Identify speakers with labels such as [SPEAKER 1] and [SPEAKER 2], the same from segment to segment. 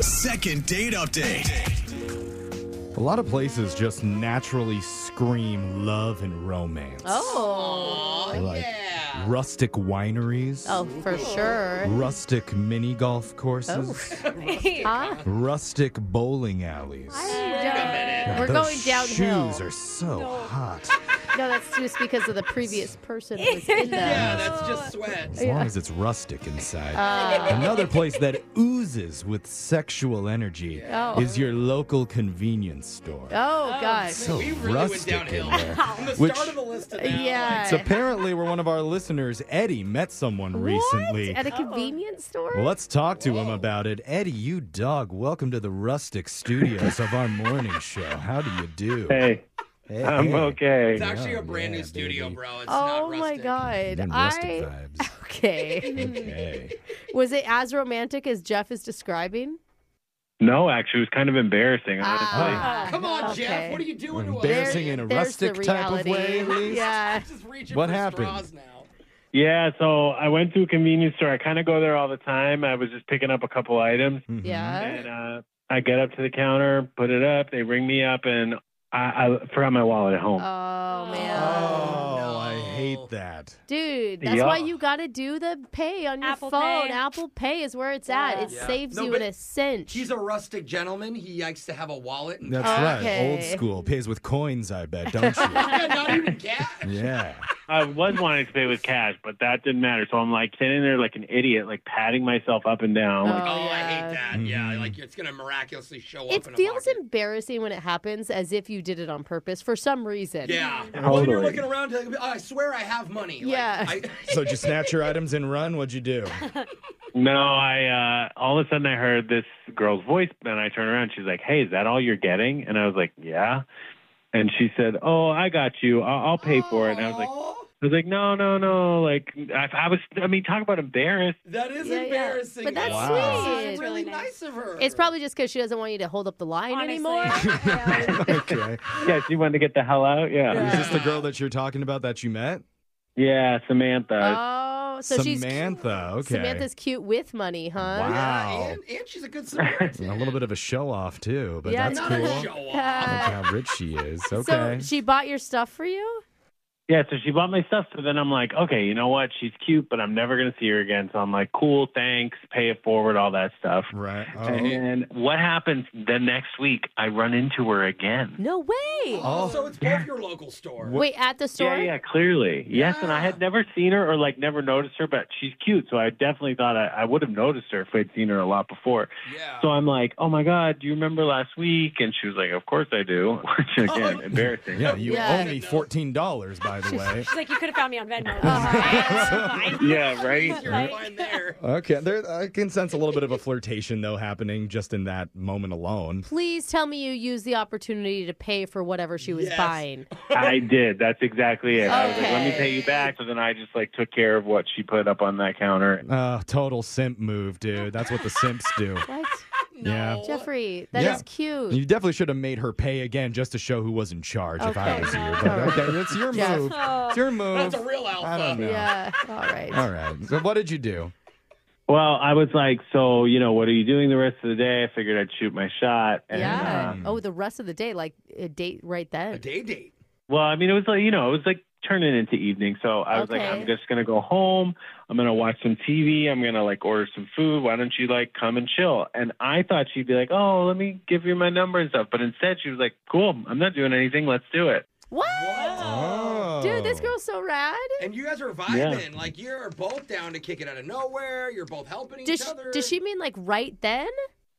[SPEAKER 1] Second date update.
[SPEAKER 2] A lot of places just naturally scream love and romance.
[SPEAKER 3] Oh.
[SPEAKER 2] like rustic wineries,
[SPEAKER 3] Oh, for sure.
[SPEAKER 2] rustic mini golf courses,
[SPEAKER 3] Ah,
[SPEAKER 2] rustic bowling alleys.
[SPEAKER 3] don't- We're
[SPEAKER 2] Those
[SPEAKER 3] going downhill.
[SPEAKER 2] Shoes are so hot.
[SPEAKER 3] No, that's just because of the previous person that was in
[SPEAKER 4] Yeah,
[SPEAKER 3] them.
[SPEAKER 4] that's just sweat.
[SPEAKER 2] As long as it's rustic inside.
[SPEAKER 3] Uh.
[SPEAKER 2] Another place that oozes with sexual energy
[SPEAKER 3] Oh.
[SPEAKER 2] is your local convenience store.
[SPEAKER 3] Oh, God.
[SPEAKER 2] So
[SPEAKER 4] We really went
[SPEAKER 2] rustic
[SPEAKER 4] downhill.
[SPEAKER 2] in there.
[SPEAKER 4] From the
[SPEAKER 2] Which-
[SPEAKER 4] start of the list to now. like,
[SPEAKER 3] Yeah.
[SPEAKER 2] It's apparently where one of our listeners, Eddie, met someone recently.
[SPEAKER 3] At a
[SPEAKER 4] Oh.
[SPEAKER 3] convenience store?
[SPEAKER 2] Let's talk to him about it. Eddie, you dog, welcome to the rustic studios of our morning show. How do you do?
[SPEAKER 5] Hey,
[SPEAKER 2] Hey,
[SPEAKER 5] I'm
[SPEAKER 2] hey.
[SPEAKER 5] okay.
[SPEAKER 4] it's actually
[SPEAKER 2] Yeah,
[SPEAKER 4] a brand
[SPEAKER 2] yeah,
[SPEAKER 4] new studio,
[SPEAKER 2] baby.
[SPEAKER 4] bro. It's not
[SPEAKER 3] Oh,
[SPEAKER 4] rustic.
[SPEAKER 3] my God.
[SPEAKER 2] Then rustic
[SPEAKER 3] I.
[SPEAKER 2] vibes.
[SPEAKER 3] Okay.
[SPEAKER 2] Okay.
[SPEAKER 3] was it as romantic as Jeff is describing?
[SPEAKER 5] No, actually, it was kind of embarrassing, honestly.
[SPEAKER 3] Ah,
[SPEAKER 4] Come on,
[SPEAKER 3] okay.
[SPEAKER 4] Jeff. What are you doing to us?
[SPEAKER 2] Embarrassing in a
[SPEAKER 3] There's the
[SPEAKER 2] rustic type of
[SPEAKER 3] reality.
[SPEAKER 2] way, at least.
[SPEAKER 3] Yeah.
[SPEAKER 4] Just reaching
[SPEAKER 2] What
[SPEAKER 4] for
[SPEAKER 2] happened?
[SPEAKER 4] straws now.
[SPEAKER 5] Yeah, so I went to a convenience store. I kind of go there all the time. I was just picking up a couple items,
[SPEAKER 2] Mhm.
[SPEAKER 3] Yeah.
[SPEAKER 5] and uh, I get up to the counter, put it up. They ring me up, and I, I forgot my wallet at
[SPEAKER 3] Oh,
[SPEAKER 5] home.
[SPEAKER 3] man.
[SPEAKER 2] Oh, I
[SPEAKER 4] no.
[SPEAKER 2] hate that.
[SPEAKER 3] Dude, that's
[SPEAKER 5] Yeah.
[SPEAKER 3] why you got to do the pay on your
[SPEAKER 6] Apple
[SPEAKER 3] phone.
[SPEAKER 6] Pay.
[SPEAKER 3] Apple Pay is where it's at. It
[SPEAKER 4] Yeah.
[SPEAKER 3] saves
[SPEAKER 4] No,
[SPEAKER 3] you
[SPEAKER 4] but
[SPEAKER 3] in a cinch.
[SPEAKER 4] He's a rustic gentleman. He likes to have a wallet and
[SPEAKER 2] That's right. Old
[SPEAKER 3] Okay.
[SPEAKER 2] school. Pays with coins, I bet, don't you?
[SPEAKER 4] yeah, not even gas.
[SPEAKER 3] Oh,
[SPEAKER 2] yeah.
[SPEAKER 5] I was wanting to pay with cash, but that didn't matter. So I'm like sitting there like an idiot, like patting myself up and down.
[SPEAKER 3] Oh,
[SPEAKER 4] Oh, I
[SPEAKER 3] yeah.
[SPEAKER 4] hate that. Yeah,
[SPEAKER 2] Mhm.
[SPEAKER 4] like it's gonna miraculously show up.
[SPEAKER 3] It
[SPEAKER 4] in a
[SPEAKER 3] feels
[SPEAKER 4] pocket.
[SPEAKER 3] embarrassing when it happens as if you did it on purpose for some reason.
[SPEAKER 4] Yeah. Well, then you're
[SPEAKER 5] Totally.
[SPEAKER 4] looking around. Like, I swear I have money. Like,
[SPEAKER 3] Yeah.
[SPEAKER 4] I,
[SPEAKER 2] So did you snatch your items and run? What'd you do?
[SPEAKER 5] No, I uh, all of a sudden I heard this girl's voice, and I turn around. She's like, "Hey, is that all you're getting?" And I was like, "Yeah." And she said, "Oh, I got you. I'll, I'll pay for it." And I was like,
[SPEAKER 4] Aw,
[SPEAKER 5] "I was like, no, no, no. Like, I, I was. I mean, talk about embarrassed.
[SPEAKER 4] that is
[SPEAKER 3] Yeah, yeah.
[SPEAKER 4] embarrassing.
[SPEAKER 3] But that's
[SPEAKER 4] Aw,
[SPEAKER 2] Wow.
[SPEAKER 3] sweet.
[SPEAKER 4] It's really
[SPEAKER 6] Really nice.
[SPEAKER 4] nice of her.
[SPEAKER 3] It's probably just because she doesn't want you to hold up the line
[SPEAKER 6] Honestly.
[SPEAKER 3] anymore.
[SPEAKER 2] okay.
[SPEAKER 5] Yeah, she wanted to get the hell out. Yeah,
[SPEAKER 2] Is
[SPEAKER 5] yeah,
[SPEAKER 2] this the girl that you're talking about that you met?
[SPEAKER 5] Samantha.
[SPEAKER 3] oh, so she's
[SPEAKER 2] Samantha. okay.
[SPEAKER 3] Samantha's cute with money, huh?
[SPEAKER 2] Wow.
[SPEAKER 4] Yeah, and, and she's a good Samaritan.
[SPEAKER 2] A little bit of a show off too, but
[SPEAKER 3] Yeah,
[SPEAKER 2] that's
[SPEAKER 4] Not
[SPEAKER 3] it's
[SPEAKER 2] cool.
[SPEAKER 3] cool.
[SPEAKER 4] a show off.
[SPEAKER 3] Uh,
[SPEAKER 2] Look how rich she is. Okay.
[SPEAKER 3] So she bought your stuff for you?
[SPEAKER 5] yeah, so she bought my stuff. So then I'm like, okay, you know what? She's cute, but I'm never gonna see her again. So I'm like, cool, thanks, pay it forward, all that stuff.
[SPEAKER 2] right. Oh.
[SPEAKER 5] And what happens the next week? I run into her again.
[SPEAKER 3] No way.
[SPEAKER 2] Oh.
[SPEAKER 4] So it's both your local store.
[SPEAKER 3] Wait, at the store? Ah.
[SPEAKER 5] Yeah, yeah, clearly. Yes, and I had never seen her or like never noticed her, but she's cute, so I definitely thought I, I would have noticed her if I'd seen her a lot before.
[SPEAKER 4] Yeah.
[SPEAKER 5] So I'm like, oh my god, do you remember last week? And she was like, of course I do. Which
[SPEAKER 3] Oh.
[SPEAKER 5] again, embarrassing.
[SPEAKER 2] Yeah, you
[SPEAKER 3] Yeah.
[SPEAKER 2] owe me fourteen dollars, by the way.
[SPEAKER 6] She's like, you could have found me on Venmo.
[SPEAKER 5] Yeah,
[SPEAKER 4] Easier
[SPEAKER 5] right.
[SPEAKER 4] to find there.
[SPEAKER 2] Okay, there I can sense a little bit of a flirtation though happening just in that moment alone.
[SPEAKER 3] Please tell me you used the opportunity to pay for whatever she was
[SPEAKER 4] Yes.
[SPEAKER 3] buying.
[SPEAKER 5] I did. That's exactly it. I was like, let me
[SPEAKER 3] Okay.
[SPEAKER 5] pay you back. So then I just like took care of what she put up on that counter.
[SPEAKER 2] Uh, total simp move, dude. That's what the simps do.
[SPEAKER 3] What?
[SPEAKER 2] Yeah.
[SPEAKER 4] No.
[SPEAKER 3] Jeffrey, that is
[SPEAKER 2] Yeah.
[SPEAKER 3] cute.
[SPEAKER 2] You definitely should have made her pay again just to show who was in charge if I
[SPEAKER 3] Okay.
[SPEAKER 2] was you. But okay, that's your
[SPEAKER 3] Yes.
[SPEAKER 2] move. It's your move.
[SPEAKER 4] That's a real alpha.
[SPEAKER 2] I don't know.
[SPEAKER 3] Yeah. All right.
[SPEAKER 2] All right. So what did you do?
[SPEAKER 5] Well, I was like, so you know, what are you doing the rest of the day? I figured I'd shoot my shot. And,
[SPEAKER 3] Yeah.
[SPEAKER 5] um,
[SPEAKER 3] oh, the rest of the day, like a date right then.
[SPEAKER 4] A day date.
[SPEAKER 5] Well, I mean, it was like you know, it was like turning into evening. So I was like,
[SPEAKER 3] Okay.
[SPEAKER 5] I'm just gonna go home. I'm gonna watch some TV. I'm gonna like order some food. Why don't you like come and chill? And I thought she'd be like, oh, let me give you my number and stuff. But instead, she was like, cool. I'm not doing anything. Let's do it.
[SPEAKER 3] What?
[SPEAKER 2] Oh.
[SPEAKER 3] Dude, this girl's so rad.
[SPEAKER 4] And you guys are vibing. Like you're both down to kick it out of nowhere. You're both helping
[SPEAKER 3] Does
[SPEAKER 4] each
[SPEAKER 3] she,
[SPEAKER 4] other.
[SPEAKER 3] does she mean like right then?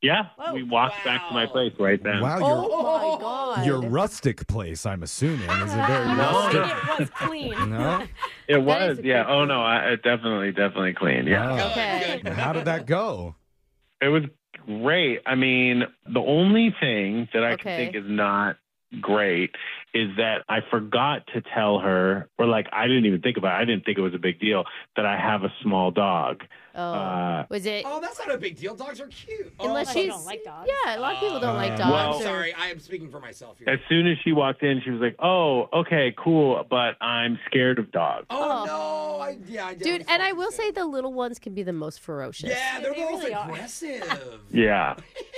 [SPEAKER 5] Yeah,
[SPEAKER 6] Whoa.
[SPEAKER 5] we walked back to my
[SPEAKER 4] Wow.
[SPEAKER 5] place right then.
[SPEAKER 2] Wow,
[SPEAKER 3] Oh,
[SPEAKER 2] your
[SPEAKER 3] my God.
[SPEAKER 2] your rustic place, I'm assuming, is a very
[SPEAKER 6] I'm
[SPEAKER 5] No.
[SPEAKER 6] not
[SPEAKER 2] rustic.
[SPEAKER 6] saying it was clean.
[SPEAKER 2] No.
[SPEAKER 5] It
[SPEAKER 3] That is
[SPEAKER 5] was,
[SPEAKER 3] a
[SPEAKER 5] yeah.
[SPEAKER 3] good
[SPEAKER 5] Oh no, I, it definitely, definitely clean. Yeah,
[SPEAKER 4] Oh,
[SPEAKER 2] Wow.
[SPEAKER 3] Okay.
[SPEAKER 2] And How did that go?
[SPEAKER 5] it was great. I mean, the only thing that I
[SPEAKER 3] Okay.
[SPEAKER 5] can think is not great is that I forgot to tell her, or like I didn't even think about. it. I didn't think it was a big deal that I have a small dog.
[SPEAKER 3] Oh.
[SPEAKER 5] Uh,
[SPEAKER 3] was it?
[SPEAKER 4] Oh, that's not a big deal. Dogs are cute. Oh,
[SPEAKER 3] unless
[SPEAKER 4] my
[SPEAKER 3] she's.
[SPEAKER 6] don't like dogs.
[SPEAKER 3] Yeah, a lot of people don't like
[SPEAKER 2] Uh,
[SPEAKER 3] dogs.
[SPEAKER 5] Well-
[SPEAKER 3] or-
[SPEAKER 4] sorry, I am speaking for myself here.
[SPEAKER 5] As soon as she walked in, she was like, "Oh, okay, cool, but I'm scared of dogs."
[SPEAKER 4] oh,
[SPEAKER 3] Oh.
[SPEAKER 4] no, I, yeah, I
[SPEAKER 3] Dude, and I will say the little ones can be the most ferocious.
[SPEAKER 4] yeah, they're
[SPEAKER 6] They
[SPEAKER 4] both
[SPEAKER 6] really are.
[SPEAKER 4] aggressive.
[SPEAKER 5] Yeah,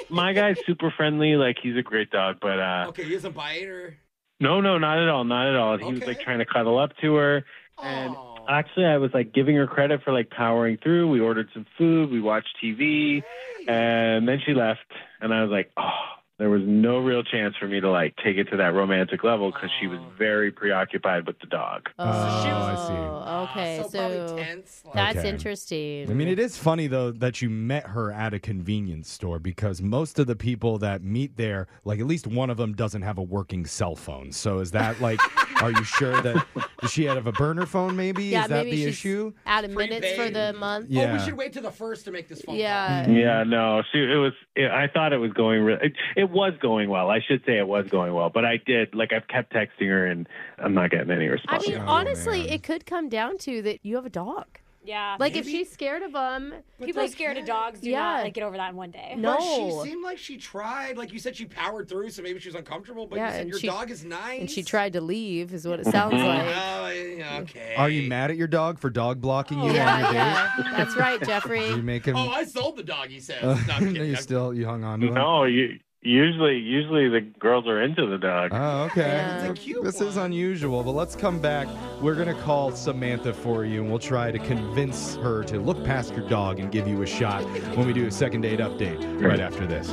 [SPEAKER 5] my guy's super friendly. Like he's a great dog, but uh,
[SPEAKER 4] Okay, he doesn't bite or.
[SPEAKER 5] no, no, not at all, not at all. He was
[SPEAKER 4] Okay.
[SPEAKER 5] like trying to cuddle up to her. And
[SPEAKER 4] Aw.
[SPEAKER 5] Actually, I was like giving her credit for like powering through. We ordered some food, we watched TV, and then she left. And I was like, oh, there was no real chance for me to like take it to that romantic level because she was
[SPEAKER 4] Oh.
[SPEAKER 5] very preoccupied with the dog.
[SPEAKER 3] Oh,
[SPEAKER 2] I
[SPEAKER 3] okay.
[SPEAKER 4] Ah, so,
[SPEAKER 3] so
[SPEAKER 4] probably tense. Like,
[SPEAKER 3] that's
[SPEAKER 2] Okay.
[SPEAKER 3] interesting.
[SPEAKER 2] I mean, it is funny though that you met her at a convenience store because most of the people that meet there, like at least one of them, doesn't have a working cell phone. So is that like, are you sure that does she out of a burner phone? Maybe
[SPEAKER 3] yeah,
[SPEAKER 2] is that
[SPEAKER 3] maybe
[SPEAKER 2] the
[SPEAKER 3] she's
[SPEAKER 2] issue?
[SPEAKER 3] out of minutes for the
[SPEAKER 4] Prepaid.
[SPEAKER 3] month.
[SPEAKER 2] Yeah.
[SPEAKER 4] Oh, we should wait till the first to make this phone call.
[SPEAKER 3] Yeah.
[SPEAKER 5] Yeah, no, she, it was. It, I thought it was going. Re- it, it was going well. I should say it was going well, but I did like I've kept texting her and I'm not getting any
[SPEAKER 3] I
[SPEAKER 5] response.
[SPEAKER 3] mean,
[SPEAKER 2] Oh,
[SPEAKER 3] honestly,
[SPEAKER 2] man.
[SPEAKER 3] it could come down to that you have a dog.
[SPEAKER 6] Yeah.
[SPEAKER 3] Like, if she's scared of them,
[SPEAKER 6] people
[SPEAKER 4] like,
[SPEAKER 6] scared of
[SPEAKER 4] yeah.
[SPEAKER 6] dogs do
[SPEAKER 3] Yeah.
[SPEAKER 6] not like get over that in one day.
[SPEAKER 3] No.
[SPEAKER 4] But she seemed like she tried. Like you said, she powered through, so maybe she was uncomfortable. But
[SPEAKER 3] Yeah,
[SPEAKER 4] you said
[SPEAKER 3] and
[SPEAKER 4] your
[SPEAKER 3] she-
[SPEAKER 4] dog is nice.
[SPEAKER 3] and she tried to leave, is what it sounds like.
[SPEAKER 4] Oh, yeah, okay.
[SPEAKER 2] Are you mad at your dog for dog blocking you on your
[SPEAKER 3] Yeah,
[SPEAKER 2] date?
[SPEAKER 3] Oh, yeah. That's right,
[SPEAKER 2] Did you
[SPEAKER 3] Jeffrey.
[SPEAKER 2] make him?
[SPEAKER 4] Oh, I sold the dog. He says.
[SPEAKER 2] Uh,
[SPEAKER 4] no, I'm
[SPEAKER 2] no,
[SPEAKER 4] kidding.
[SPEAKER 2] you
[SPEAKER 4] I'm-
[SPEAKER 2] still you hung on to him.
[SPEAKER 5] no, you, usually usually the girls are into the dog.
[SPEAKER 2] Oh, okay.
[SPEAKER 3] Yeah.
[SPEAKER 4] It's a cute
[SPEAKER 2] this is
[SPEAKER 4] one.
[SPEAKER 2] unusual, but let's come back. We're going to call Samantha for you, and we'll try to convince her to look past your dog and give you a shot when we do a second date update right after this.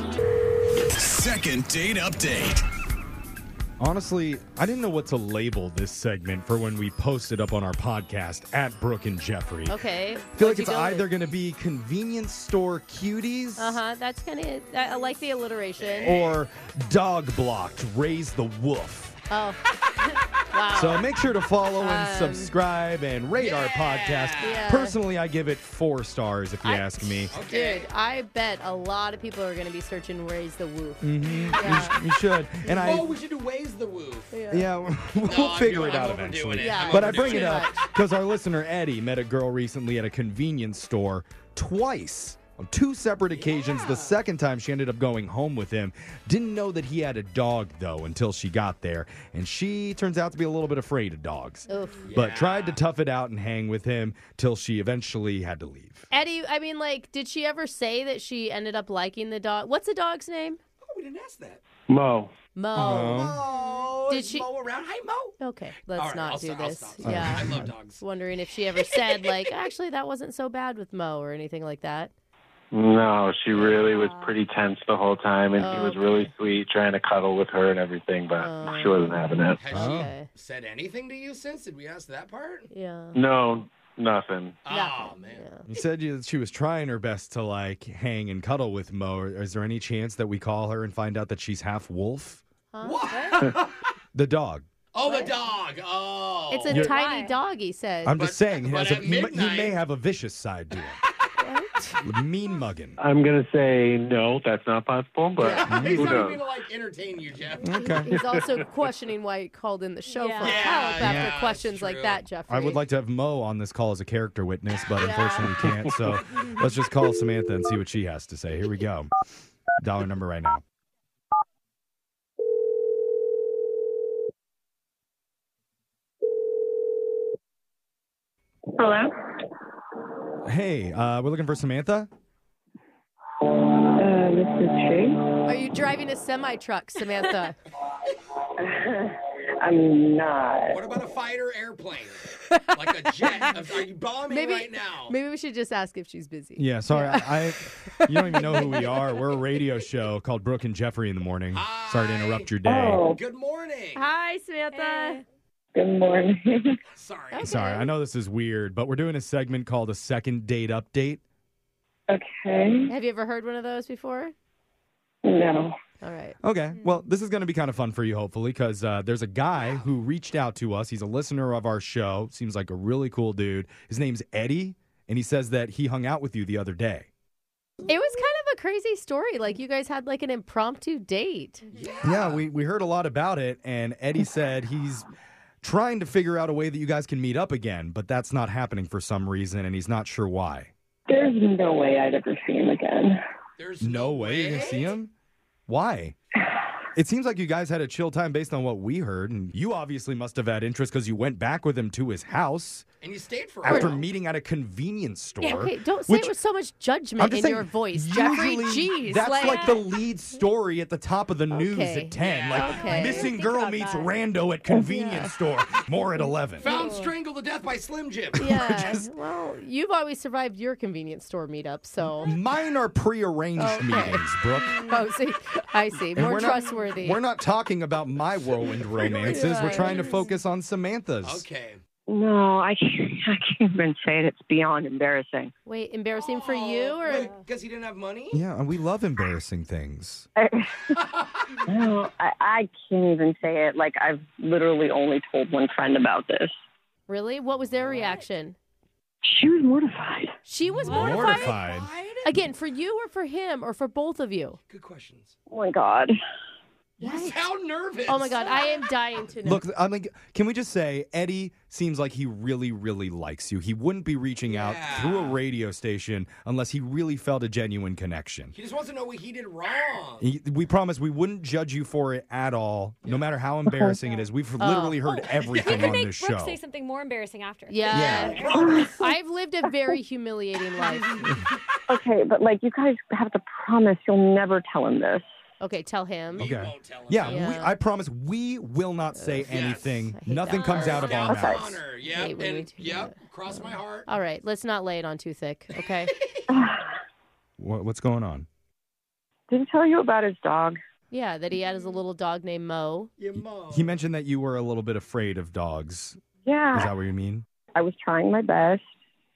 [SPEAKER 1] Second date update.
[SPEAKER 2] Honestly, I didn't know what to label this segment for when we post it up on our podcast at Brooke and Jeffrey.
[SPEAKER 3] Okay.
[SPEAKER 2] I feel like it's either going to be convenience store cuties
[SPEAKER 3] Uh
[SPEAKER 4] Uh-huh.
[SPEAKER 3] huh. That's kind of. I I like the alliteration.
[SPEAKER 2] or dog blocked, raise the woof.
[SPEAKER 3] Oh. wow.
[SPEAKER 2] So make sure to follow and
[SPEAKER 3] Um,
[SPEAKER 2] subscribe and rate our
[SPEAKER 4] yeah.
[SPEAKER 2] podcast.
[SPEAKER 3] Yeah.
[SPEAKER 2] Personally, I give it four stars if you
[SPEAKER 3] I-
[SPEAKER 2] ask me.
[SPEAKER 4] Okay.
[SPEAKER 3] Dude, I bet a lot of people are going to be searching where's the woof.
[SPEAKER 2] Mm. You, sh- you should. And I,
[SPEAKER 4] oh, we should do ways the woof.
[SPEAKER 2] yeah, we'll
[SPEAKER 4] No, I'm
[SPEAKER 2] figure
[SPEAKER 4] doing-
[SPEAKER 2] it out
[SPEAKER 4] I'm overdoing
[SPEAKER 2] eventually.
[SPEAKER 4] it. I'm
[SPEAKER 2] But I
[SPEAKER 4] overdoing
[SPEAKER 2] bring it
[SPEAKER 3] it.
[SPEAKER 2] up because our listener Eddie met a girl recently at a convenience store twice. On two separate occasions, the second time she ended up going home with him. Didn't know that he had a dog, though, until she got there. And she turns out to be a little bit afraid of dogs.
[SPEAKER 3] Oof.
[SPEAKER 2] But tried to tough it out and hang with him till she eventually had to leave.
[SPEAKER 3] Eddie, I mean, like, did she ever say that she ended up liking the dog? What's the dog's name?
[SPEAKER 4] Oh, we didn't ask that.
[SPEAKER 5] Mo,
[SPEAKER 3] Mo.
[SPEAKER 4] Oh,
[SPEAKER 3] Did
[SPEAKER 4] is
[SPEAKER 3] she-
[SPEAKER 4] Mo around? Hi, Mo.
[SPEAKER 3] Okay, let's
[SPEAKER 4] All right,
[SPEAKER 3] not
[SPEAKER 4] I'll
[SPEAKER 3] do
[SPEAKER 4] stop, I'll
[SPEAKER 3] this.
[SPEAKER 4] stop, sorry.
[SPEAKER 3] yeah.
[SPEAKER 4] I love dogs.
[SPEAKER 3] Wondering if she ever said, like, actually, that wasn't so bad with Mo or anything like that.
[SPEAKER 5] no, she really was pretty tense the whole time, and he was
[SPEAKER 3] Okay.
[SPEAKER 4] Oh,
[SPEAKER 5] really sweet, trying to cuddle with her and everything, but she wasn't having it.
[SPEAKER 4] Has
[SPEAKER 3] Okay.
[SPEAKER 4] she said anything to you since? Did we ask that part?
[SPEAKER 3] Yeah.
[SPEAKER 5] No, nothing.
[SPEAKER 4] Oh man.
[SPEAKER 2] You said you, she was trying her best to like hang and cuddle with Mo. Is there any chance that we call her and find out that she's half wolf?
[SPEAKER 3] Huh?
[SPEAKER 4] What?
[SPEAKER 2] The dog.
[SPEAKER 4] Oh, the dog. Oh.
[SPEAKER 3] It's a
[SPEAKER 2] You're-
[SPEAKER 3] tiny
[SPEAKER 6] Why?
[SPEAKER 3] dog, he said.
[SPEAKER 2] I'm
[SPEAKER 4] But-
[SPEAKER 2] just saying, he,
[SPEAKER 4] but
[SPEAKER 2] has a,
[SPEAKER 4] at
[SPEAKER 2] he, m- he may
[SPEAKER 4] midnight-
[SPEAKER 2] have a vicious side to him. mean mugging.
[SPEAKER 5] I'm gonna say no, that's not possible, but
[SPEAKER 4] He's
[SPEAKER 5] who
[SPEAKER 4] not even
[SPEAKER 5] knows?
[SPEAKER 4] gonna like entertain you, Jeff.
[SPEAKER 2] Okay.
[SPEAKER 3] He's also questioning why he called in the show
[SPEAKER 6] Yeah.
[SPEAKER 3] for
[SPEAKER 6] Yeah,
[SPEAKER 3] help
[SPEAKER 4] yeah,
[SPEAKER 3] after
[SPEAKER 4] that's
[SPEAKER 3] questions like
[SPEAKER 4] true.
[SPEAKER 3] that, Jeffrey.
[SPEAKER 2] I would like to have Mo on this call as a character witness, but unfortunately we can't. So let's just call Samantha and see what she has to say. Here we go. Dollar number right now.
[SPEAKER 7] Hello?
[SPEAKER 2] Hey, uh, we're looking for Samantha.
[SPEAKER 7] Uh, this is she.
[SPEAKER 3] Are you driving a semi truck, Samantha?
[SPEAKER 7] I'm not.
[SPEAKER 4] What about a fighter airplane? like a jet? Of- Are you bombing
[SPEAKER 3] Maybe-
[SPEAKER 4] right now?
[SPEAKER 3] Maybe we should just ask if she's busy.
[SPEAKER 2] Yeah, sorry. I, I you don't even know who we are. We're a radio show called Brooke and Jeffrey in the morning. Sorry to interrupt your day.
[SPEAKER 7] Oh,
[SPEAKER 4] Good morning.
[SPEAKER 3] Hi, Samantha.
[SPEAKER 7] good morning.
[SPEAKER 4] Sorry.
[SPEAKER 3] Okay.
[SPEAKER 2] Sorry, I know this is weird, but we're doing a segment called a second date update.
[SPEAKER 7] okay.
[SPEAKER 3] Have you ever heard one of those before?
[SPEAKER 7] No.
[SPEAKER 3] All right.
[SPEAKER 2] Okay. Well, this is going to be kind of fun for you, hopefully, because uh, there's a guy who reached out to us. He's a listener of our show. Seems like a really cool dude. His name's Eddie, and he says that he hung out with you the other day.
[SPEAKER 3] It was kind of a crazy story. Like you guys had like an impromptu date.
[SPEAKER 2] Yeah, we, we heard a lot about it, and Eddie said he's trying to figure out a way that you guys can meet up again, but that's not happening for some reason, and he's not sure why.
[SPEAKER 7] There's no way I'd ever see him again.
[SPEAKER 4] There's
[SPEAKER 2] No way you're gonna see him? Why? It seems like you guys had a chill time based on what we heard, and you obviously must have had interest because you went back with him to his house
[SPEAKER 4] And you stayed for a
[SPEAKER 2] after
[SPEAKER 4] while.
[SPEAKER 2] meeting at a convenience store.
[SPEAKER 3] Okay, don't say
[SPEAKER 2] which-
[SPEAKER 3] it with so much judgment
[SPEAKER 2] I'm
[SPEAKER 3] in
[SPEAKER 2] just saying,
[SPEAKER 3] your voice, Jeffrey.
[SPEAKER 2] usually
[SPEAKER 3] Jeez,
[SPEAKER 2] that's like, the lead story at the top of the news
[SPEAKER 3] Okay.
[SPEAKER 2] at ten. Like
[SPEAKER 3] Okay.
[SPEAKER 2] missing
[SPEAKER 6] Think
[SPEAKER 2] girl
[SPEAKER 6] about
[SPEAKER 2] meets
[SPEAKER 6] that.
[SPEAKER 2] rando at convenience store. More at eleven.
[SPEAKER 4] Found strangled to death by Slim Jim.
[SPEAKER 3] yeah. Well, you've always survived your convenience store meetup, so
[SPEAKER 2] Mine are prearranged
[SPEAKER 3] Okay.
[SPEAKER 2] meetings, Brooke.
[SPEAKER 3] oh, see, I see,
[SPEAKER 2] And
[SPEAKER 3] more
[SPEAKER 2] we're not-
[SPEAKER 3] trustworthy.
[SPEAKER 2] we're not talking about my whirlwind romances. We're trying to focus on Samantha's.
[SPEAKER 4] Okay.
[SPEAKER 7] No, Oh, I can't, I can't even say it. It's beyond embarrassing.
[SPEAKER 3] Wait, embarrassing for you
[SPEAKER 2] Oh,
[SPEAKER 3] or
[SPEAKER 4] Because Oh, he didn't have money?
[SPEAKER 2] Yeah, and we love embarrassing things.
[SPEAKER 7] No, I, I can't even say it. Like, I've literally only told one friend about this.
[SPEAKER 3] really? What was their reaction?
[SPEAKER 7] She was mortified.
[SPEAKER 3] She was mortified.
[SPEAKER 2] Mortified.
[SPEAKER 3] Again, for you or for him or for both of you?
[SPEAKER 4] Good questions.
[SPEAKER 7] Oh, my God.
[SPEAKER 4] You sound nervous.
[SPEAKER 3] Oh my God, I am dying to know.
[SPEAKER 2] Look, I'm like, can we just say Eddie seems like he really, really likes you. He wouldn't be reaching out
[SPEAKER 4] Yeah.
[SPEAKER 2] through a radio station unless he really felt a genuine connection.
[SPEAKER 4] He just wants to know what he did wrong.
[SPEAKER 2] He- We promise we wouldn't judge you for it at all, no matter how embarrassing it is. We've
[SPEAKER 3] Oh.
[SPEAKER 2] literally heard
[SPEAKER 6] We
[SPEAKER 2] everything
[SPEAKER 6] could
[SPEAKER 2] on
[SPEAKER 6] make
[SPEAKER 2] this
[SPEAKER 6] Brooke
[SPEAKER 2] show.
[SPEAKER 6] say something more embarrassing after.
[SPEAKER 3] yeah.
[SPEAKER 4] Promise.
[SPEAKER 3] I've lived a very humiliating life.
[SPEAKER 7] Okay, but like, you guys have to promise you'll never tell him this.
[SPEAKER 3] Okay, tell him.
[SPEAKER 4] You
[SPEAKER 2] Okay.
[SPEAKER 4] won't tell him.
[SPEAKER 2] Yeah,
[SPEAKER 3] Yeah.
[SPEAKER 2] We, I promise we will not say anything.
[SPEAKER 3] I hate
[SPEAKER 2] Nothing
[SPEAKER 3] that.
[SPEAKER 2] comes out of our
[SPEAKER 4] Down to
[SPEAKER 2] mouths.
[SPEAKER 4] honor.
[SPEAKER 3] Hey,
[SPEAKER 4] Yep.
[SPEAKER 3] we
[SPEAKER 4] and
[SPEAKER 3] need to do
[SPEAKER 4] yep. Cross my heart.
[SPEAKER 2] Oh. Uh,
[SPEAKER 3] All right, let's not lay it on too thick, okay?
[SPEAKER 2] What, what's going on?
[SPEAKER 7] Did he tell you about his dog?
[SPEAKER 3] yeah, that he had his little dog named Mo.
[SPEAKER 4] You mo.
[SPEAKER 2] He mentioned that you were a little bit afraid of dogs.
[SPEAKER 3] Ah.
[SPEAKER 2] Is
[SPEAKER 7] Yeah.
[SPEAKER 2] that what you mean?
[SPEAKER 7] I was trying my best.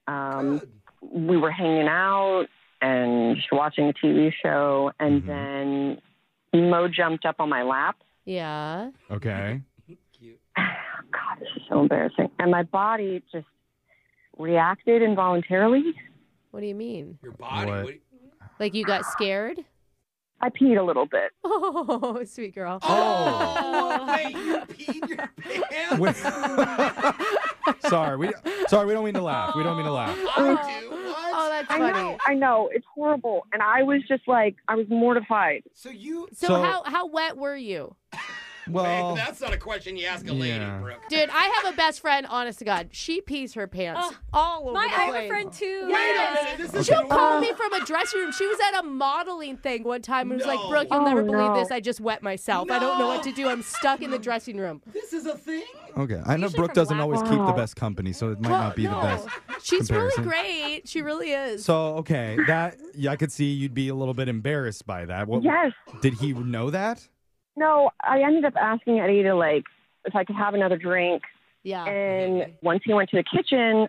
[SPEAKER 7] Um,
[SPEAKER 4] Good.
[SPEAKER 7] we were hanging out and just watching a TV show, and
[SPEAKER 2] Mhm.
[SPEAKER 7] then Mo jumped up on my lap.
[SPEAKER 3] Yeah.
[SPEAKER 2] Okay.
[SPEAKER 4] Cute.
[SPEAKER 7] God, this is so embarrassing. And my body just reacted involuntarily.
[SPEAKER 3] What do you mean?
[SPEAKER 4] Your body.
[SPEAKER 2] What?
[SPEAKER 4] What? do
[SPEAKER 3] Like you got scared?
[SPEAKER 7] I peed a little bit.
[SPEAKER 3] Oh, sweet girl.
[SPEAKER 6] Oh.
[SPEAKER 4] you- Wait, you peed your pants?
[SPEAKER 2] Wait- sorry, we sorry, we don't mean to laugh. We don't mean to laugh.
[SPEAKER 4] I do. What?
[SPEAKER 3] Oh, that's
[SPEAKER 7] I
[SPEAKER 3] funny.
[SPEAKER 7] know, I know, it's horrible. And I was just like, I was mortified.
[SPEAKER 4] so you.
[SPEAKER 3] So,
[SPEAKER 2] So-
[SPEAKER 3] how how wet were you?
[SPEAKER 2] Well,
[SPEAKER 4] Wait, that's not a question you ask a lady,
[SPEAKER 2] Oh. Yeah.
[SPEAKER 4] Brooke.
[SPEAKER 3] Dude, I have a best friend, honest to God. She pees her pants
[SPEAKER 6] Ugh.
[SPEAKER 3] all over
[SPEAKER 6] My,
[SPEAKER 3] the
[SPEAKER 6] I have a
[SPEAKER 3] place.
[SPEAKER 6] friend too.
[SPEAKER 4] Wait a minute. This is
[SPEAKER 3] She'll
[SPEAKER 4] gonna
[SPEAKER 3] call
[SPEAKER 4] work.
[SPEAKER 3] me from a dressing room. She was at a modeling thing one time and was like,
[SPEAKER 4] No.
[SPEAKER 3] Brooke, you'll
[SPEAKER 7] Oh,
[SPEAKER 3] never believe
[SPEAKER 7] no.
[SPEAKER 3] this. I just wet myself. I don't know what to
[SPEAKER 4] No.
[SPEAKER 3] do. I'm stuck in the dressing room.
[SPEAKER 4] This is a thing.
[SPEAKER 2] okay. I know
[SPEAKER 6] Usually
[SPEAKER 2] Brooke
[SPEAKER 6] from
[SPEAKER 2] doesn't
[SPEAKER 6] laugh-
[SPEAKER 2] always keep the
[SPEAKER 7] Wow.
[SPEAKER 2] best company, so it might
[SPEAKER 3] Well,
[SPEAKER 2] not be the
[SPEAKER 3] no.
[SPEAKER 2] best.
[SPEAKER 3] She's
[SPEAKER 2] comparison.
[SPEAKER 3] really great. She really is.
[SPEAKER 2] So okay, that yeah, I could see you'd be a little bit embarrassed by that. What,
[SPEAKER 7] Yes.
[SPEAKER 2] Did he know that?
[SPEAKER 7] No, I ended up asking Eddie to, like, if I could have another drink.
[SPEAKER 3] yeah.
[SPEAKER 7] And once he went to the kitchen,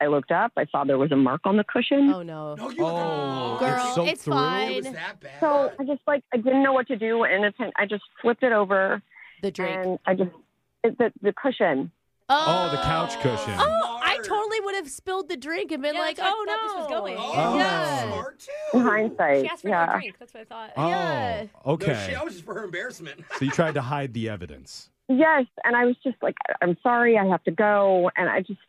[SPEAKER 7] I looked up. I saw there was a mark on the cushion.
[SPEAKER 3] Oh no.
[SPEAKER 4] No, you.
[SPEAKER 2] Oh,
[SPEAKER 4] Oh,
[SPEAKER 3] Girl,
[SPEAKER 2] it's soaked
[SPEAKER 3] it's
[SPEAKER 2] through?
[SPEAKER 4] It was
[SPEAKER 3] fine.
[SPEAKER 4] that bad.
[SPEAKER 7] So I just like I didn't know what to do, and it's, I just flipped it over,
[SPEAKER 3] The drink.
[SPEAKER 7] and I just it, the the cushion.
[SPEAKER 2] Oh, the couch cushion.
[SPEAKER 3] Oh, I
[SPEAKER 4] Smart.
[SPEAKER 3] totally would have spilled the drink and been
[SPEAKER 6] Yeah,
[SPEAKER 3] like,
[SPEAKER 6] that's
[SPEAKER 3] "Oh
[SPEAKER 6] what I
[SPEAKER 3] no,
[SPEAKER 6] thought this was going.
[SPEAKER 4] Oh,
[SPEAKER 2] Oh.
[SPEAKER 4] that's smart too.
[SPEAKER 7] In hindsight,
[SPEAKER 6] She asked for another
[SPEAKER 7] yeah,
[SPEAKER 6] drink. That's what I thought.
[SPEAKER 2] Oh,
[SPEAKER 3] Yeah.
[SPEAKER 4] No,
[SPEAKER 2] okay.
[SPEAKER 4] shit, that was just for her embarrassment.
[SPEAKER 2] so you tried to hide the evidence.
[SPEAKER 7] yes, and I was just like, I- I'm sorry, I have to go, and I just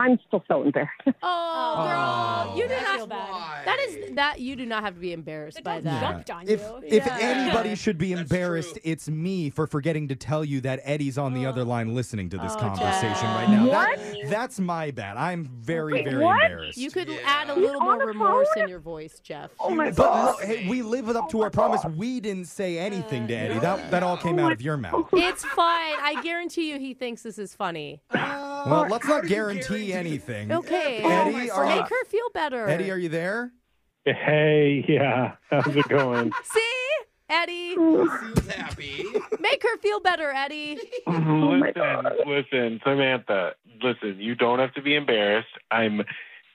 [SPEAKER 7] I'm still so embarrassed.
[SPEAKER 3] Oh, girl, you did
[SPEAKER 6] I
[SPEAKER 3] not.
[SPEAKER 6] feel bad.
[SPEAKER 4] Why?
[SPEAKER 3] That is that you do not have to be embarrassed
[SPEAKER 6] The
[SPEAKER 3] by
[SPEAKER 6] dog
[SPEAKER 3] that.
[SPEAKER 6] jumped on
[SPEAKER 2] If
[SPEAKER 6] you.
[SPEAKER 2] if
[SPEAKER 3] Yeah.
[SPEAKER 2] anybody should be
[SPEAKER 4] That's
[SPEAKER 2] embarrassed,
[SPEAKER 4] true.
[SPEAKER 2] it's me for forgetting to tell you that Eddie's on the other line listening to this
[SPEAKER 3] Oh,
[SPEAKER 2] conversation
[SPEAKER 3] Jeff.
[SPEAKER 2] right now. That, that's my bad. I'm very,
[SPEAKER 7] Wait,
[SPEAKER 2] very
[SPEAKER 7] what?
[SPEAKER 2] embarrassed.
[SPEAKER 3] You could
[SPEAKER 4] Yeah.
[SPEAKER 3] add a little
[SPEAKER 7] on
[SPEAKER 3] more
[SPEAKER 7] the
[SPEAKER 3] remorse
[SPEAKER 7] phone?
[SPEAKER 3] in your voice, Jeff.
[SPEAKER 7] Oh my
[SPEAKER 5] uh,
[SPEAKER 2] but
[SPEAKER 7] god,
[SPEAKER 2] this- hey, we lived up to our promise. We didn't say anything to Eddie. That that all came out of your mouth.
[SPEAKER 3] It's fine. I guarantee you, he thinks this is funny.
[SPEAKER 2] Well, let's
[SPEAKER 4] how
[SPEAKER 2] not
[SPEAKER 4] do you
[SPEAKER 2] guarantee
[SPEAKER 4] guarantee-
[SPEAKER 2] anything.
[SPEAKER 3] Okay,
[SPEAKER 2] Eddie,
[SPEAKER 3] Make
[SPEAKER 2] are you-
[SPEAKER 3] her feel better.
[SPEAKER 2] Eddie, are you there?
[SPEAKER 5] Hey, yeah. How's it going?
[SPEAKER 3] See, Eddie,
[SPEAKER 4] Seems happy.
[SPEAKER 3] make her feel better, Eddie.
[SPEAKER 4] Oh
[SPEAKER 5] listen, listen, Samantha, listen, you don't have to be embarrassed. I'm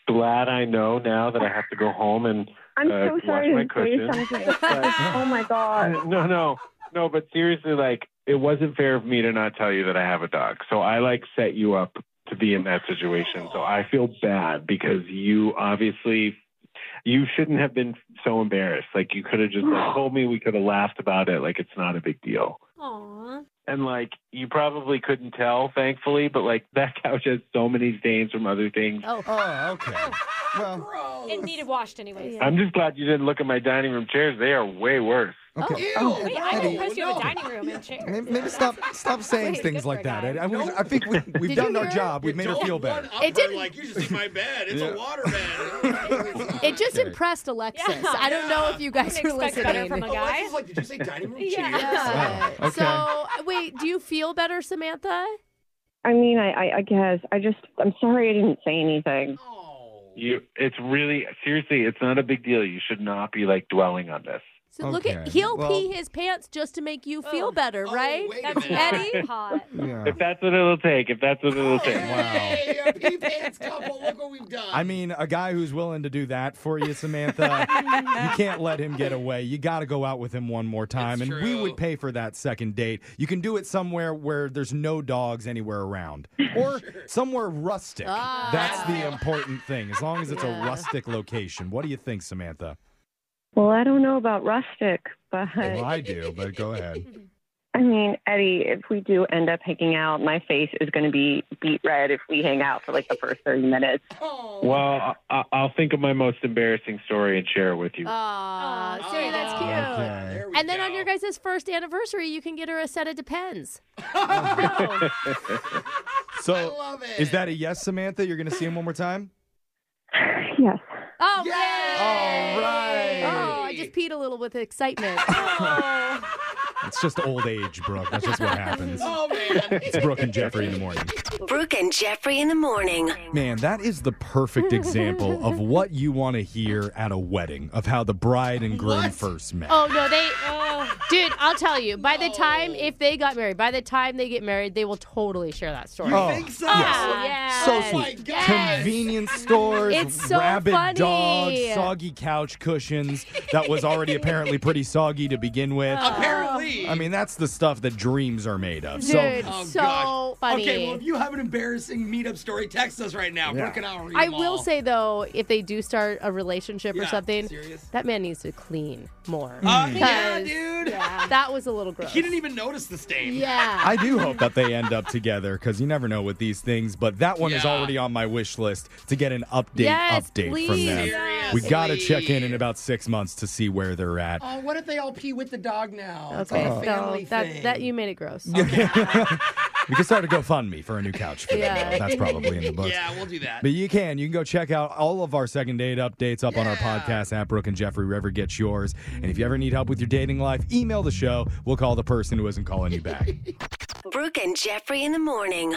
[SPEAKER 5] glad I know now that I have to go home and
[SPEAKER 7] I'm
[SPEAKER 5] uh,
[SPEAKER 7] so
[SPEAKER 5] wash
[SPEAKER 7] sorry
[SPEAKER 5] my
[SPEAKER 7] to say
[SPEAKER 5] cushion.
[SPEAKER 7] something. Like, oh my god,
[SPEAKER 5] Uh, no, no, no. But seriously, like, it wasn't fair of me to not tell you that I have a dog. So I like set you up to be in that situation. So I feel bad because you obviously you shouldn't have been so embarrassed. Like you could have just like, told me. We could have laughed about it. Like it's not a big deal.
[SPEAKER 6] Aw.
[SPEAKER 5] And like you probably couldn't tell, thankfully. But like that couch has so many stains from other things.
[SPEAKER 3] Oh,
[SPEAKER 2] Oh, okay. Well,
[SPEAKER 4] Gross.
[SPEAKER 6] It needed washed anyways.
[SPEAKER 5] I'm just glad you didn't look at my dining room chairs. They are way worse.
[SPEAKER 2] Okay.
[SPEAKER 4] Ew.
[SPEAKER 2] Oh,
[SPEAKER 6] Wait, I
[SPEAKER 2] Eddie,
[SPEAKER 6] just pushed you in
[SPEAKER 4] no.
[SPEAKER 6] a dining room and chair.
[SPEAKER 2] Maybe, maybe stop stop saying
[SPEAKER 6] Wait,
[SPEAKER 2] things
[SPEAKER 6] good for
[SPEAKER 2] like
[SPEAKER 6] a
[SPEAKER 2] that.
[SPEAKER 6] guy.
[SPEAKER 2] I, I, mean, I think we, we've
[SPEAKER 3] you
[SPEAKER 2] done our
[SPEAKER 3] hear her?
[SPEAKER 2] job. We've made her
[SPEAKER 4] Don't
[SPEAKER 2] feel better.
[SPEAKER 4] one-up
[SPEAKER 3] It
[SPEAKER 4] her
[SPEAKER 3] didn't-
[SPEAKER 4] Like you should see my bed. It's
[SPEAKER 2] Yeah.
[SPEAKER 4] a water bed.
[SPEAKER 3] It just
[SPEAKER 2] Okay.
[SPEAKER 3] impressed Alexis.
[SPEAKER 6] Yeah.
[SPEAKER 3] I don't know if you guys
[SPEAKER 6] Wouldn't
[SPEAKER 3] were
[SPEAKER 6] expect
[SPEAKER 3] listening.
[SPEAKER 6] better from a guy.
[SPEAKER 4] Alexis is like, did you say dining room
[SPEAKER 6] Yeah.
[SPEAKER 4] chairs?
[SPEAKER 3] Yeah.
[SPEAKER 2] Wow.
[SPEAKER 3] So wait, do you feel better, Samantha?
[SPEAKER 7] I mean, I, I, I guess I just I'm sorry I didn't say anything.
[SPEAKER 4] Oh.
[SPEAKER 5] You, it's really seriously, it's not a big deal. You should not be like dwelling on this.
[SPEAKER 3] So look at
[SPEAKER 2] Okay.
[SPEAKER 3] he'll
[SPEAKER 2] Well-
[SPEAKER 3] pee his pants just to make you feel
[SPEAKER 6] Oh.
[SPEAKER 3] better,
[SPEAKER 4] Oh,
[SPEAKER 3] right?
[SPEAKER 4] wait a
[SPEAKER 6] That's
[SPEAKER 4] minute.
[SPEAKER 3] Eddie?
[SPEAKER 6] Eddie? hot.
[SPEAKER 2] Yeah.
[SPEAKER 5] If that's what it'll take, if that's what it'll take.
[SPEAKER 4] Hey, a pee pants couple. Look what we've done.
[SPEAKER 2] I mean, a guy who's willing to do that for you, Samantha, you can't let him get away. You got to go out with him one more time.
[SPEAKER 4] It's
[SPEAKER 2] and we
[SPEAKER 4] true.
[SPEAKER 2] would pay for that second date. You can do it somewhere where there's no dogs anywhere around or somewhere rustic.
[SPEAKER 3] Ah.
[SPEAKER 2] That's the important thing, as long as it's
[SPEAKER 3] Yeah.
[SPEAKER 2] a rustic location. What do you think, Samantha?
[SPEAKER 7] Well, I don't know about rustic, but
[SPEAKER 2] Well, I do, but go ahead.
[SPEAKER 7] I mean, Eddie, if we do end up hanging out, my face is going to be beat red if we hang out for like the first 30 minutes.
[SPEAKER 4] Oh,
[SPEAKER 5] Well, I, I- I'll think of my most embarrassing story and share it with you.
[SPEAKER 3] Aw,
[SPEAKER 4] Oh,
[SPEAKER 6] Aw,
[SPEAKER 3] Siri, that's cute.
[SPEAKER 2] Okay.
[SPEAKER 4] There we
[SPEAKER 3] And then on
[SPEAKER 4] go.
[SPEAKER 3] your guys' first anniversary, you can get her a set of Depends.
[SPEAKER 4] I
[SPEAKER 2] So,
[SPEAKER 4] love it.
[SPEAKER 2] is that a yes, Samantha? You're going to see him one more time?
[SPEAKER 7] Yes.
[SPEAKER 3] Oh,
[SPEAKER 4] Yay!
[SPEAKER 3] yay!
[SPEAKER 2] All right.
[SPEAKER 3] Oh, I just peed a little with excitement.
[SPEAKER 2] It's just old age, Brooke. That's just what happens.
[SPEAKER 4] Oh man.
[SPEAKER 2] It's Brooke and Jeffrey in the morning.
[SPEAKER 8] Brooke and Jeffrey in the morning.
[SPEAKER 2] Man, that is the perfect example of what you want to hear at a wedding of how the bride and groom
[SPEAKER 4] What?
[SPEAKER 2] first met.
[SPEAKER 3] oh no, they Dude, I'll tell you, by the time if they got married, by the time they get married, they will totally share that story.
[SPEAKER 2] Oh,
[SPEAKER 4] think so?
[SPEAKER 3] Ah, yes.
[SPEAKER 2] So
[SPEAKER 4] my
[SPEAKER 2] sweet.
[SPEAKER 4] gosh.
[SPEAKER 2] Convenience stores,
[SPEAKER 3] It's so
[SPEAKER 2] rabid
[SPEAKER 3] funny.
[SPEAKER 2] dogs, soggy couch cushions that was already apparently pretty soggy to begin with.
[SPEAKER 4] Apparently.
[SPEAKER 3] Oh.
[SPEAKER 2] I mean, that's the stuff that dreams are made of.
[SPEAKER 3] Dude,
[SPEAKER 2] So
[SPEAKER 4] Oh,
[SPEAKER 3] so
[SPEAKER 4] gosh.
[SPEAKER 3] funny.
[SPEAKER 4] Okay, well, if you have an embarrassing meetup story, text us right now. Brooke and I'll read
[SPEAKER 3] I
[SPEAKER 4] them
[SPEAKER 3] will
[SPEAKER 4] all.
[SPEAKER 3] say though, if they do start a relationship
[SPEAKER 4] Yeah,
[SPEAKER 3] or something,
[SPEAKER 4] serious?
[SPEAKER 3] that man needs to clean more.
[SPEAKER 4] Uh, yeah,
[SPEAKER 3] Because-
[SPEAKER 4] dude.
[SPEAKER 3] that was a little gross.
[SPEAKER 4] He didn't even notice the stain.
[SPEAKER 3] yeah.
[SPEAKER 2] I do hope that they end up together because you never know with these things. But that one is
[SPEAKER 4] Yeah.
[SPEAKER 2] already on my wish list to get an update
[SPEAKER 3] Yes,
[SPEAKER 2] update from
[SPEAKER 3] please.
[SPEAKER 2] them.
[SPEAKER 4] Seriously.
[SPEAKER 2] We got to check in in about six months to see where they're at.
[SPEAKER 4] Oh, what if they all pee with the dog now? It's
[SPEAKER 3] okay,
[SPEAKER 4] like a family
[SPEAKER 3] so that
[SPEAKER 4] thing.
[SPEAKER 3] that you made it gross.
[SPEAKER 2] We can start a GoFundMe for a new couch for them.
[SPEAKER 3] Yeah.
[SPEAKER 2] though. That's probably in the books.
[SPEAKER 4] Yeah, we'll do that.
[SPEAKER 2] But you can. You can go check out all of our second date updates up on our
[SPEAKER 4] Yeah.
[SPEAKER 2] podcast app, Brooke and Jeffrey, wherever gets yours. And if you ever need help with your dating life, email the show. We'll call the person who isn't calling you back.
[SPEAKER 8] Brooke and Jeffrey in the morning.